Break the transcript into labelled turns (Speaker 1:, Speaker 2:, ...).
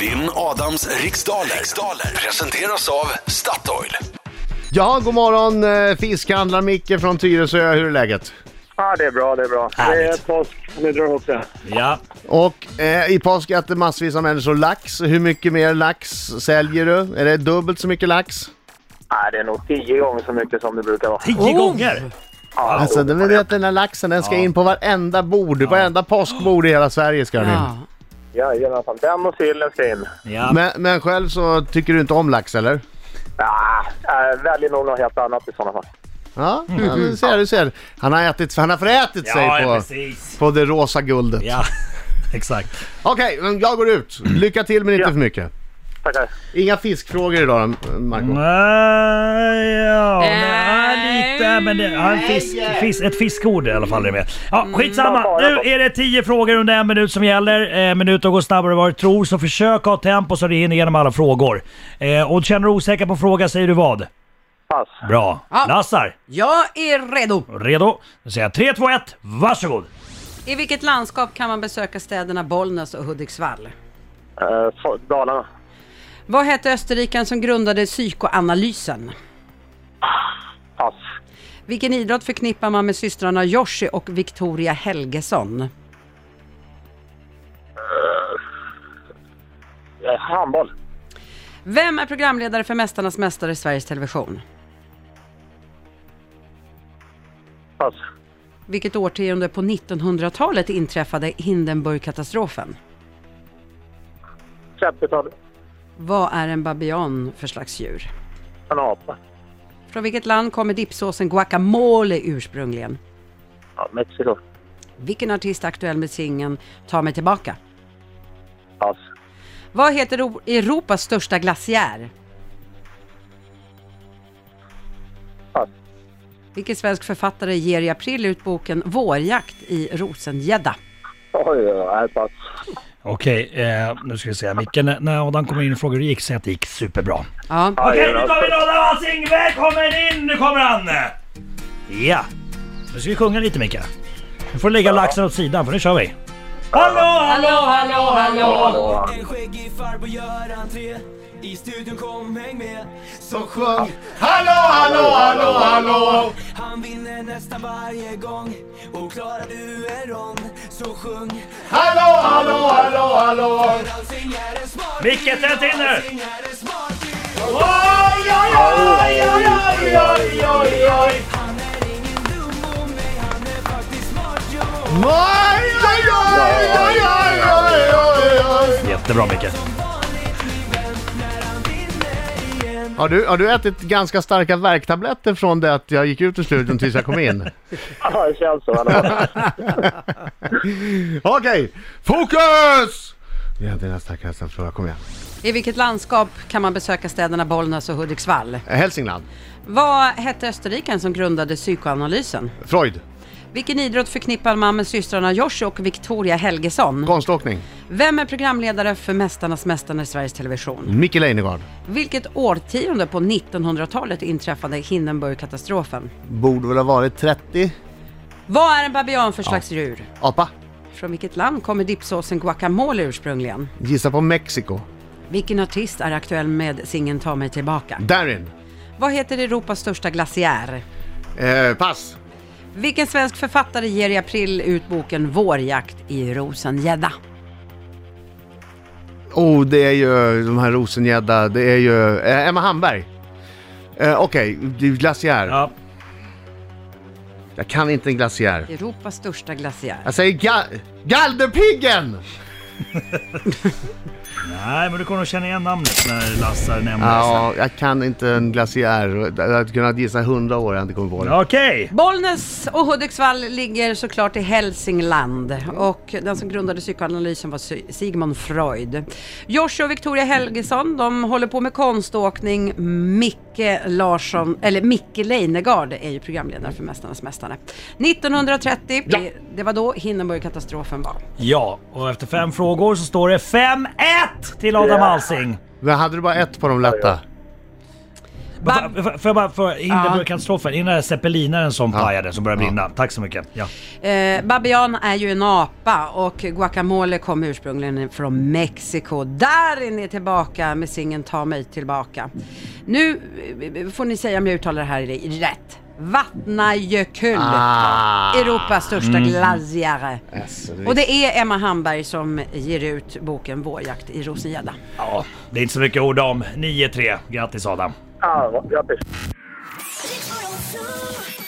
Speaker 1: Vinn Adams riksdaler. riksdaler presenteras av Statoil.
Speaker 2: Ja, god morgon eh, fiskhandlar Micke från Tyresö. Hur är läget?
Speaker 3: Ja, det är bra, det är bra. Det
Speaker 4: Härligt.
Speaker 3: är påsk, vi drar ihop det.
Speaker 4: Ja,
Speaker 2: Och eh, i påsk äter massvis av människor lax. Hur mycket mer lax säljer du? Är det dubbelt så mycket lax?
Speaker 3: Nej, det är nog tio gånger så mycket som det brukar vara.
Speaker 4: tio gånger!
Speaker 3: Ja,
Speaker 2: Alltså, du vet att den här laxen, den ska in på varenda bord, varenda påskbord i hela Sverige ska den in.
Speaker 5: Ja.
Speaker 3: Jajamensan, alltså, den och sillen ska in.
Speaker 4: Ja,
Speaker 2: Men, men själv så tycker du inte om lax, eller?
Speaker 3: Ja, jag väljer nog något helt annat i sådana fall.
Speaker 2: Ja, ja du ser, du ser. Han har, ätit, han har förätit
Speaker 4: ja,
Speaker 2: sig
Speaker 4: ja
Speaker 2: på,
Speaker 4: precis.
Speaker 2: på det rosa guldet.
Speaker 4: Ja, exakt.
Speaker 2: Okej, men jag går ut. Lycka till, men inte
Speaker 3: Ja.
Speaker 2: för mycket.
Speaker 3: Tackar.
Speaker 2: Inga fiskfrågor idag, Marco.
Speaker 4: Nej, ja, nej, lite, men det, ja, en fisk, fisk, ett fiskord i alla fall är det med. Ja, skitsamma. Nu är det tio frågor under en minut som gäller. Eh, minuten går snabbare än vad du tror, så försök ha tempo så du hinner igenom alla frågor. Eh, och känner du osäker på en fråga säger du vad?
Speaker 3: Pass.
Speaker 4: Bra.
Speaker 5: Ja.
Speaker 4: Lassar,
Speaker 5: Jag är redo!
Speaker 4: redo? Då säger jag 3, 2, 1, varsågod!
Speaker 5: I vilket landskap kan man besöka städerna Bollnäs och Hudiksvall?
Speaker 3: Eh, så- Dalarna.
Speaker 5: Vad hette österrikaren som grundade psykoanalysen?
Speaker 3: Pass.
Speaker 5: Vilken idrott förknippar man med systrarna Joshi och Victoria Helgesson?
Speaker 3: Eh, handboll.
Speaker 5: Vem är programledare för Mästarnas Mästare i Sveriges Television?
Speaker 3: Pass.
Speaker 5: Vilket årtionde på 1900-talet inträffade Hindenburgkatastrofen?
Speaker 3: 30-tal.
Speaker 5: Vad är en babian för slags djur?
Speaker 3: En apa.
Speaker 5: Från vilket land kommer dippsåsen guacamole ursprungligen?
Speaker 3: Ja, Mexiko.
Speaker 5: Vilken artist är aktuell med singeln Ta mig tillbaka?
Speaker 3: Pass.
Speaker 5: Vad heter Ro- Europas största glaciär?
Speaker 3: Pass.
Speaker 5: Vilken svensk författare ger i april ut boken Vårjakt i Rosengädda?
Speaker 3: Oj, oj, oj. Nej, pass.
Speaker 4: Okej, eh, nu ska vi se. Micke, när när Adam kommer in och frågar hur det gick, säg att det gick superbra.
Speaker 5: Ja.
Speaker 4: Okej, nu
Speaker 3: Jajamän.
Speaker 4: tar vi Adam Alsing. Välkommen in! Nu kommer han! Ja! Nu ska vi sjunga lite Micke. Nu får du lägga laxen åt sidan för nu kör vi. Hallå, hallå, hallå, hallå!
Speaker 6: En skäggig farbror gör entré I studion kom häng med
Speaker 2: Som sjöng Hallå, hallå, hallå, hallå!
Speaker 6: Han vinner nästan varje gång Och klarar du en rond Så sjung
Speaker 2: Hallå, hallå, hallå, hallå!
Speaker 6: Dansing är en smart
Speaker 4: Micke,
Speaker 6: kille,
Speaker 4: tänd till nu!
Speaker 6: dansing är en smart kille.
Speaker 4: Oj, oj, oj, oj, oj, oj, oj, oj!
Speaker 6: Han är ingen dum och mig Han är faktiskt smart jo
Speaker 2: Oj, oj, oj, oj, oj, oj, oj, oj.
Speaker 4: Jättebra Micke.
Speaker 6: Som vanligt min vän När han vinner igen
Speaker 2: Har du, har du ätit ganska starka värktabletter från det att jag gick ut ur studion tills jag kom in?
Speaker 3: Ja, det känns så. i alla fall.
Speaker 2: Okej, fokus! Ja, det är nästa kasta fråga, kom igen.
Speaker 5: I vilket landskap kan man besöka städerna Bollnäs och Hudiksvall?
Speaker 2: Eh, Hälsingland,
Speaker 5: Vad hette österrikaren som grundade psykoanalysen?
Speaker 2: Freud,
Speaker 5: Vilken idrott förknippar man med systrarna Josh och Victoria Helgesson?
Speaker 2: konståkning,
Speaker 5: Vem är programledare för Mästarnas Mästare i Sveriges Television?
Speaker 2: Micke Leijnegard,
Speaker 5: Vilket årtionde på 1900-talet inträffade Hindenburgkatastrofen?
Speaker 2: borde väl ha varit 30,
Speaker 5: Vad är en babian för slags djur?
Speaker 2: apa,
Speaker 5: Från vilket land kommer dippsåsen guacamole ursprungligen?
Speaker 2: gissa på Mexiko,
Speaker 5: Vilken artist är aktuell med singeln Ta mig tillbaka?
Speaker 2: Darin,
Speaker 5: Vad heter Europas största glaciär?
Speaker 2: eh, pass,
Speaker 5: Vilken svensk författare ger i april ut boken Vårjakt i Rosengädda?
Speaker 2: oh det är ju de här Rosengädda, det är ju eh, Emma Hamberg. Eh, Okej, det är ju glaciär.
Speaker 4: Ja,
Speaker 2: Jag kan inte en glaciär.
Speaker 5: Europas största glaciär.
Speaker 2: Jag säger ga Galderpiggen!
Speaker 4: nej men du kommer att känna igen namnet när Lassar nämner
Speaker 2: Ja, jag kan inte en glaciär. Jag hade kunnat gissa hundra år jag hade inte kommit på det.
Speaker 4: det. Okej!
Speaker 5: Bollnäs och Hudiksvall ligger såklart i Hälsingland och den som grundade psykoanalysen var Sy- Sigmund Freud. Josh och Victoria Helgesson, de håller på med konståkning. Micke Larsson, eller Micke Leijnegard är ju programledare för Mästarnas Mästare. 1930, det, det var då Hindenburgkatastrofen var.
Speaker 4: Ja, och efter fem frågor så står det 5-1 till Adam
Speaker 3: Ja.
Speaker 4: Alsing.
Speaker 2: Men hade du bara ett på de lätta?
Speaker 4: Bara- f- f- Får jag bara, för, innan
Speaker 5: Ja.
Speaker 4: katastrofen, innan den här zeppelinaren som pajade, som började brinna. Tack så mycket. Ja.
Speaker 5: Eh, babian är ju en apa och guacamole kom ursprungligen från Mexiko. Där är ni tillbaka med singeln Ta mig tillbaka. Nu eh, får ni säga om jag uttalar det här i- rätt. Vatnajökull,
Speaker 2: Ah.
Speaker 5: Europas största glaciär.
Speaker 2: Alltså, det
Speaker 5: Och det är Emma Hamberg som ger ut boken Vårjakt i Rosengädda.
Speaker 4: ja. Det är inte så mycket att orda om. 9-3. Grattis Adam.
Speaker 3: Ja, grattis.
Speaker 7: Riks Morgonzoo.